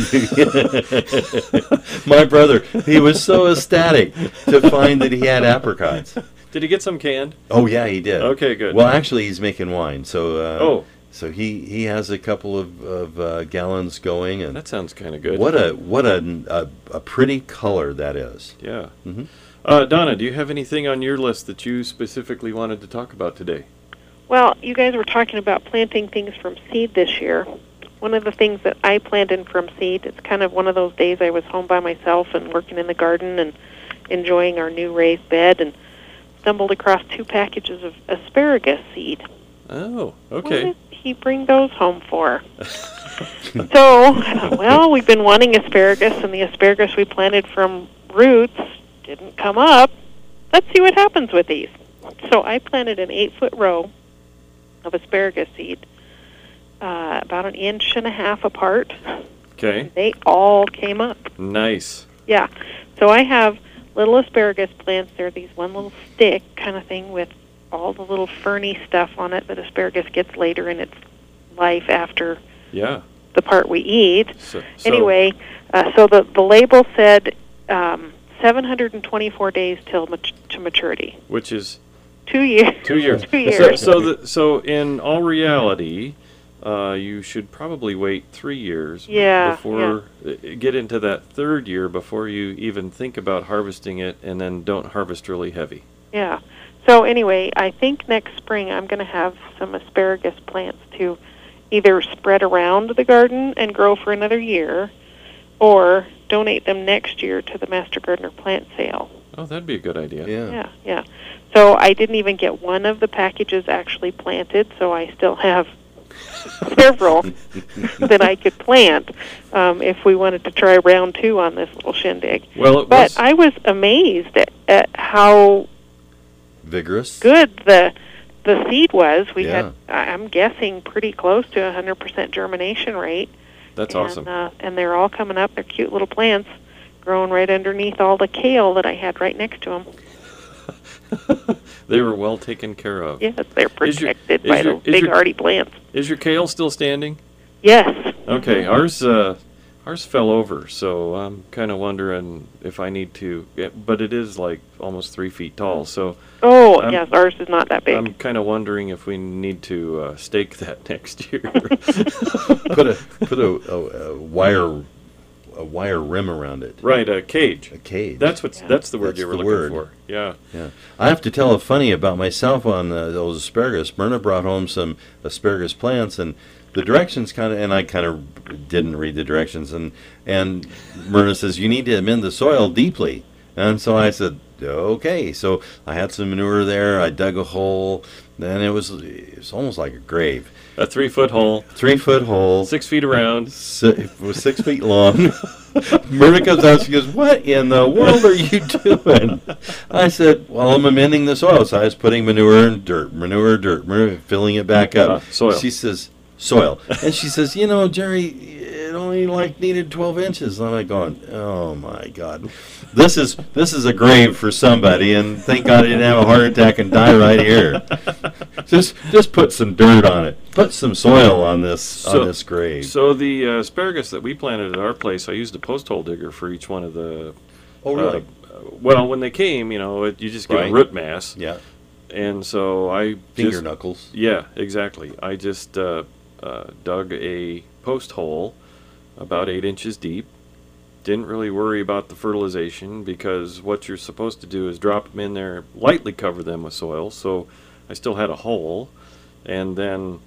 B: My brother, he was so ecstatic to find that he had apricots.
A: did he get some canned?
B: Oh yeah, he did.
A: Okay, good.
B: Well, actually, he's making wine, so uh,
A: Oh.
B: so he he has a couple of of uh, gallons going, and
A: That sounds kind of good.
B: what a what a, a a pretty color that is.
A: Yeah.
B: Mhm.
A: Uh, Donna, do you have anything on your list that you specifically wanted to talk about today?
C: Well, you guys were talking about planting things from seed this year. One of the things that I planted from seed, it's kind of one of those days I was home by myself and working in the garden and enjoying our new raised bed and stumbled across two packages of asparagus seed.
A: Oh,
C: What
A: okay.
C: did he bring those home for? so, I thought, well, we've been wanting asparagus, and the asparagus we planted from roots didn't come up. Let's see what happens with these. So I planted an eight-foot row of asparagus seed, uh, about an inch and a half apart.
A: Okay.
C: They all came up.
A: Nice.
C: Yeah. So I have little asparagus plants. They're these one little stick kind of thing with all the little ferny stuff on it that asparagus gets later in its life after
A: Yeah.
C: the part we eat.
A: So, so-
C: Anyway, uh, so the, the label said um, 724 days till mat- to maturity.
A: which is
C: Two years.
A: two years.
C: Two
A: So,
C: years.
A: so, the, so in all reality, uh, you should probably wait three years
C: Yeah,
A: before uh, get into that third year before you even think about harvesting it, and then don't harvest really heavy.
C: Yeah. So anyway, I think next spring I'm going to have some asparagus plants to either spread around the garden and grow for another year or donate them next year to the Master Gardener plant sale.
A: Oh, that'd be a good idea.
C: Yeah, yeah. So I didn't even get one of the packages actually planted, so I still have several that I could plant um, if we wanted to try round two on this little shindig.
A: Well, it
C: But
A: was.
C: I was amazed at, at how
B: vigorous.
C: good the the seed was. We
B: Yeah.
C: had, I- I'm guessing, pretty close to a 100% germination rate.
A: That's
C: and,
A: awesome.
C: Uh, and they're all coming up. They're cute little plants growing right underneath all the kale that I had right next to them.
A: they were well taken care of.
C: Yes, they're
A: Is your-
C: protected
A: is
C: by
A: your-
C: those
A: is
C: big
A: your-
C: hardy plants.
A: Is your kale still standing?
C: Mm-hmm. Yes.
A: Okay, ours uh, ours fell over, so I'm kind of wondering if I need to. yeah, But it is like almost three feet tall, so
C: Oh,
A: I'm-
C: yes, ours is not that big.
A: I'm kind of wondering if we need to uh, stake that next year.
B: put a put a, a, a wire a wire rim around it.
A: right, a cage.
B: A cage.
A: That's what's
C: Yeah.
A: that's the word
B: That's
A: you were
B: the
A: looking
B: word.
A: for. Yeah.
B: yeah. I have to tell a funny about myself on uh, those asparagus. Myrna brought home some asparagus plants, and the directions kind of, and I kind of didn't read the directions, and and Myrna says you need to amend the soil deeply, and so I said okay. So I had some manure there. I dug a hole, and it was it's almost like a grave,
A: A three foot hole,
B: three foot hole.
A: six feet around.
B: si- it was six feet long. Myrna comes out. She goes, "What in the world are you doing?" I said, "Well, I'm amending the soil, so I was putting manure and dirt, manure, dirt, manure, filling it back up."
A: Uh, soil.
B: She says, "Soil," and she says, "You know, Jerry, it only like needed 12 inches." And I'm like going, "Oh my God, this is this is a grave for somebody." And thank God I didn't have a heart attack and die right here. Just just put some dirt on it. Put some soil on this
A: So-
B: on this grave.
A: So the uh, asparagus that we planted at our place, I used a post hole digger for each one of the.
B: oh really?
A: uh, well, when they came, you know, it, you just get
B: Right.
A: a root mass,
B: yeah.
A: and so I
B: Finger
A: just
B: knuckles.
A: Yeah, exactly. I just uh, uh, dug a post hole about eight inches deep. Didn't really worry about the fertilization because what you're supposed to do is drop them in there, lightly cover them with soil. So I still had a hole, and then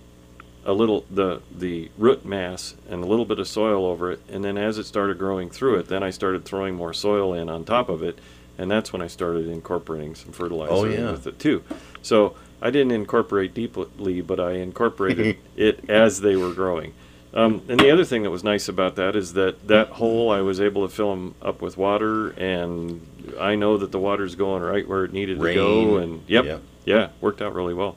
A: a little the the root mass and a little bit of soil over it, and then as it started growing through it, then I started throwing more soil in on top of it, and that's when I started incorporating some fertilizer
B: Oh,
A: in
B: yeah.
A: with it too. So I didn't incorporate deeply, but I incorporated it as they were growing. Um, and the other thing that was nice about that is that that hole I was able to fill 'em up with water, and I know that the water's going right where it needed to go.
B: Rain.
A: And yep,
B: Yep.
A: yeah, worked out really well.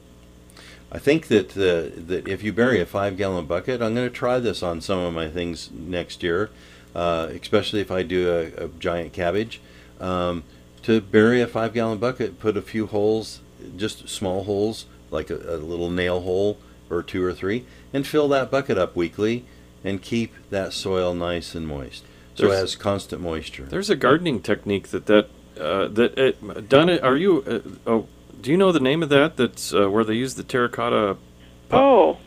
B: I think that uh, that if you bury a five gallon bucket, I'm going to try this on some of my things next year, uh, especially if I do a, a giant cabbage. Um, to bury a five gallon bucket, put a few holes, just small holes, like a, a little nail hole or two or three, and fill that bucket up weekly, and keep that soil nice and moist, so it
A: There's-
B: has constant moisture.
A: There's a gardening technique that that uh, that it, done it. Are you? Uh, oh, do you know the name of that? That's uh, where they use the terracotta.
C: Oh,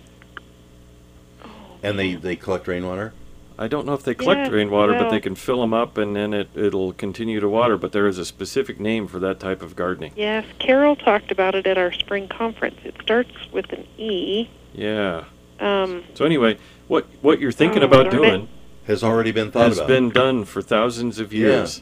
B: And they they collect rainwater.
A: I don't know if they collect
C: Yeah,
A: rainwater, but
C: well-
A: they can fill them up and then it it'll continue to water. But there is a specific name for that type of gardening.
C: yes. Carol talked about it at our spring conference. It starts with an E.
A: Yeah.
C: Um,
A: So anyway, what what you're thinking
C: Oh,
A: about
C: darn it.
A: doing
B: Has already been thought
A: has
B: about.
A: been done for thousands of years.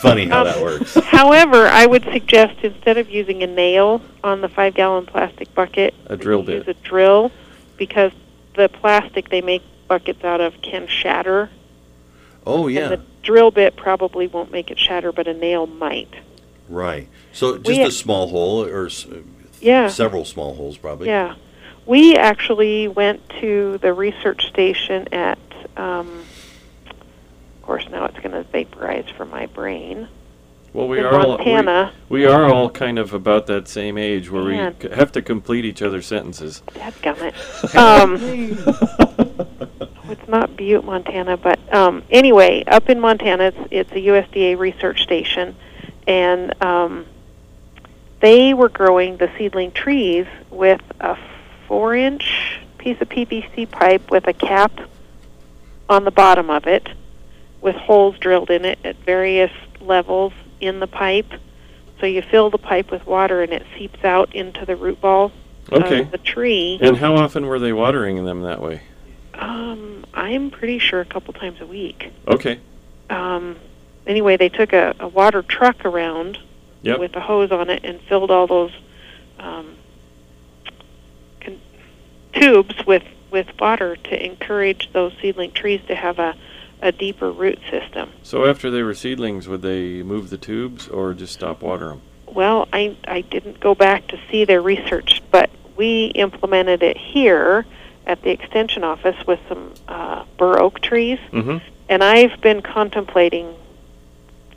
B: Funny how
C: Um,
B: that works.
C: however, I would suggest instead of using a nail on the five gallon plastic bucket,
A: A
C: that
A: drill
C: you
A: bit.
C: Use a drill because the plastic they make buckets out of can shatter.
B: Oh yeah.
C: And the drill bit probably won't make it shatter, but a nail might.
B: Right. So just
C: We-
B: a small hole, or s-
C: Yeah.
B: several small holes, probably.
C: Yeah. We actually went to the research station at, um, of course, now it's going to vaporize from my brain.
A: Well, we
C: in
A: are all we,
C: Montana.
A: we are all kind of about that same age where
C: Yeah.
A: we c- have to complete each other's sentences.
C: Dadgummit. Um, it's not Butte, Montana, but um, anyway, up in Montana, it's, it's a USDA research station, and um, they were growing the seedling trees with a four-inch piece of PVC pipe with a cap on the bottom of it, with holes drilled in it at various levels in the pipe. So you fill the pipe with water, and it seeps out into the root ball
A: Okay.
C: of the tree.
A: And how often were they watering them that way?
C: Um, I'm pretty sure a couple times a week.
A: Okay.
C: Um, anyway, they took a, a water truck around
A: Yep.
C: with a hose on it and filled all those um, con- tubes with with water to encourage those seedling trees to have a a deeper root system.
A: So after they were seedlings, would they move the tubes or just stop water them?
C: Well, I I didn't go back to see their research, but we implemented it here at the extension office with some uh, bur oak trees.
A: Mm-hmm.
C: and I've been contemplating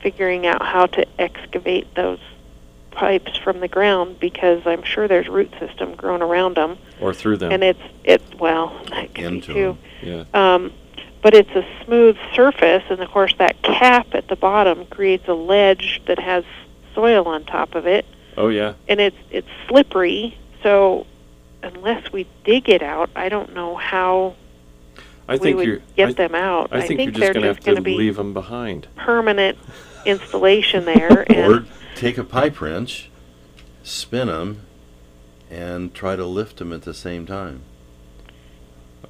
C: figuring out how to excavate those pipes from the ground because I'm sure there's root system grown around them,
A: Or through them?
C: and it's it well that could
B: Into
C: be too.
A: yeah.
C: Um, but it's a smooth surface, and of course that cap at the bottom creates a ledge that has soil on top of it,
A: Oh yeah.
C: and it's it's slippery. So unless we dig it out, I don't know how
A: I
C: we
A: think
C: would
A: you're.
C: get
A: I,
C: them out.
A: I think, you're
C: they're
A: just gonna
C: just
A: have
C: going
A: to
C: be
A: leave them behind.
C: permanent installation there.
B: Or
C: And
B: take a pipe wrench, spin them, and try to lift them at the same time.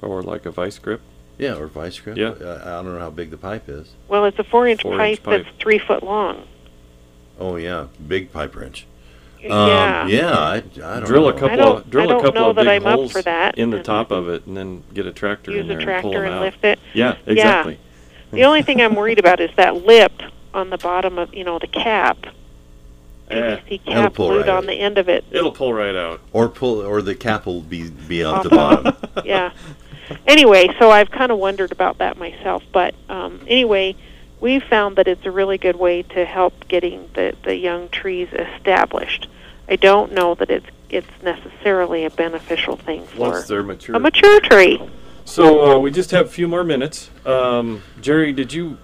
A: Or like a vice grip.
B: Yeah, or vice grip.
A: Yeah.
B: I, I don't know how big the pipe is.
C: well, it's a four-inch
A: Four-inch Um,
C: pipe, that's three foot long.
B: Oh yeah, big pipe wrench.
C: yeah.
B: Um, yeah. I, I don't
A: drill
B: know.
A: a couple.
C: I don't-
A: of, drill
C: I don't
A: a couple
C: know
A: of
C: that
A: big
C: I'm up
A: holes
C: for that,
A: in the
C: and-
A: top of it, and then get a tractor in
C: Use a
A: there and pull 'em
C: tractor and
A: out.
C: lift it.
A: Yeah. Exactly.
C: The only thing I'm worried about is that lip on the bottom of you know the cap,
A: Eh,
C: PVC
B: That'll
C: cap
B: pull
C: glued
B: right
C: on
B: out.
C: the end of it.
A: it'll pull right out.
B: Or pull, or the cap will be be out
C: Off
B: the
C: the
B: bottom.
C: yeah. Anyway, so I've kind of wondered about that myself, but um, anyway, we found that it's a really good way to help getting the the young trees established. I don't know that it's it's necessarily a beneficial thing for
A: Once they're mature.
C: a mature tree.
A: so uh, we just have a few more minutes. Um, Jerry, did you?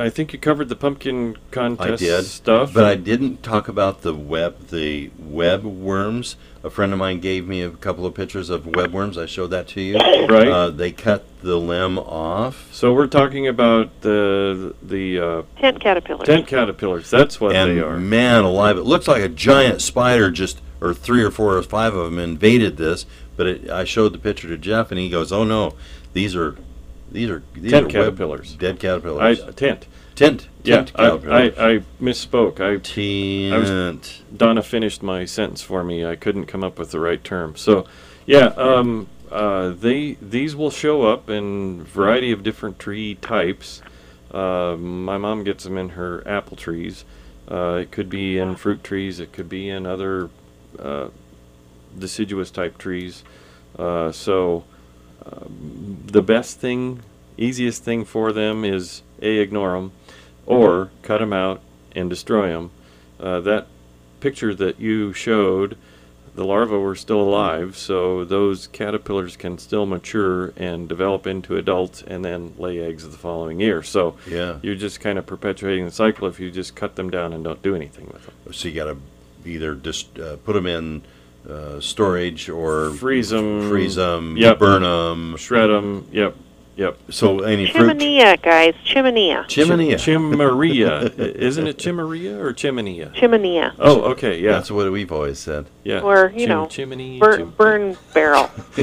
A: I think you covered the pumpkin contest
B: I did
A: stuff.
B: but I didn't talk about the web the web worms. A friend of mine gave me a couple of pictures of web worms. I showed that to you.
A: Right.
B: Uh, they cut the limb off,
A: so we're talking about the the uh,
C: Tent caterpillars.
A: tent caterpillars. That's what
B: and
A: they are.
B: man alive, it looks like a giant spider just or three or four or five of them invaded this. But it, I showed the picture to Jeff, and he goes, "Oh no, these are these are these
A: Tent
B: are
A: caterpillars.
B: web, dead
A: I
B: caterpillars.
A: tent.
B: tent,
A: Yeah,
B: tent
A: I, I,
B: caterpillars.
A: I misspoke. I
B: tent.
A: I was- Donna finished my sentence for me. I couldn't come up with the right term. So, yeah, um, uh, they these will show up in variety of different tree types. Uh, my mom gets them in her apple trees. Uh, it could be in fruit trees. It could be in other uh, deciduous type trees. Uh, so, um, the best thing, easiest thing for them is a ignore them, or cut them out and destroy them. Uh, that picture that you showed, the larvae were still alive, so those caterpillars can still mature and develop into adults and then lay eggs the following year. So
B: yeah.
A: you're just kind of perpetuating the cycle if you just cut them down and don't do anything with them.
B: So you got to either just uh, put them in uh, storage or
A: Freeze 'em.
B: freeze them,
A: Yep.
B: burn them.
A: Shred them. Yep. Yep.
B: So any fruit.
C: Chimenea, guys. Chimenea.
B: Chimenea.
A: Chimerea. I- Isn't it chimerea or chimenea?
C: Chimenea.
A: Oh, okay. Yeah.
B: That's what we've always said.
A: yeah.
C: Or, you know,
A: chimney.
C: Burn, burn barrel.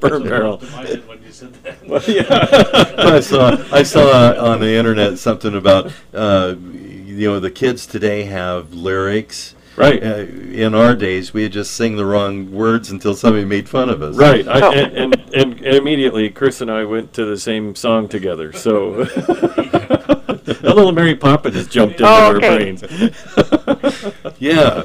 A: burn barrel.
D: I did when you said that.
B: I saw I saw on the internet something about uh, you know the kids today have lyrics.
A: Right.
B: Uh, in our days, we would just sing the wrong words until somebody made fun of us.
A: Right, I,
C: Oh.
A: and, and and immediately Chris and I went to the same song together. So a little Mary Poppins jumped into
C: Oh,
A: our
C: okay.
A: brains.
B: Yeah.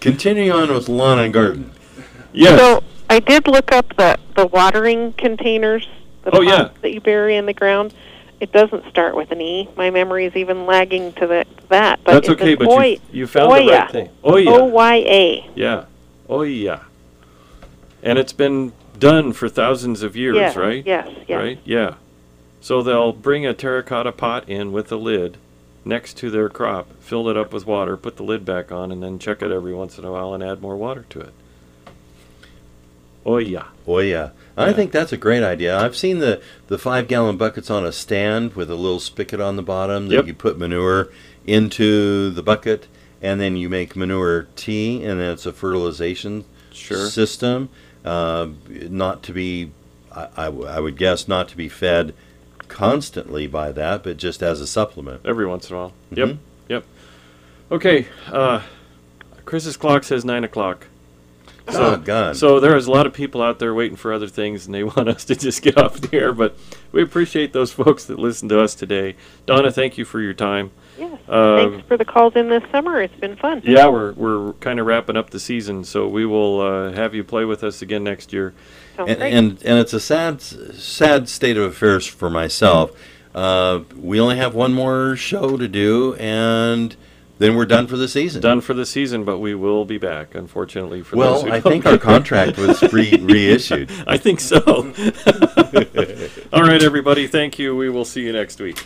B: Continue on with lawn and garden.
A: Yes,
C: So I did look up the the watering containers. The
A: Oh, yeah.
C: pots that you bury in the ground. It doesn't start with an E. My memory is even lagging to the, that. But
A: that's
C: it's
A: okay.
C: an
A: But
C: Oy,
A: you, you found the
C: Oya.
A: right thing. Oh yeah,
C: O Y A.
A: yeah, oh yeah. And it's been done for thousands of years,
C: Yes,
A: right?
C: Yes. Yes.
A: Right? Yeah. So they'll bring a terracotta pot in with a lid next to their crop, fill it up with water, put the lid back on, and then check it every once in a while and add more water to it. Oh, yeah.
B: Oh yeah. I think that's a great idea. I've seen the, the five gallon buckets on a stand with a little spigot on the bottom that
A: Yep.
B: you put manure into the bucket, and then you make manure tea, and then it's a fertilization
A: Sure.
B: system, uh, not to be, I, I w- I would guess, not to be fed constantly by that, but just as a supplement.
A: Every once in a while.
B: Mhm.
A: Yep. Yep. Okay. Uh, Chris's clock says 9 o'clock. So-
B: oh, God.
A: So there is a lot of people out there waiting for other things, and they want us to just get off the air. But we appreciate those folks that listen to us today. Donna, thank you for your time.
C: Yes.
A: Um,
C: Thanks for the calls in this summer. It's been fun.
A: Yeah, we're we're kind of wrapping up the season, so we will uh, have you play with us again next year.
C: Sounds
B: and,
C: great.
B: and and it's a sad sad state of affairs for myself. Uh, we only have one more show to do, and then we're done for the season.
A: Done for the season, but we will be back. Unfortunately, for those
B: Well,
A: who
B: I
A: don't-
B: think our contract was re- reissued.
A: I think so. All right, everybody. Thank you. We will see you next week.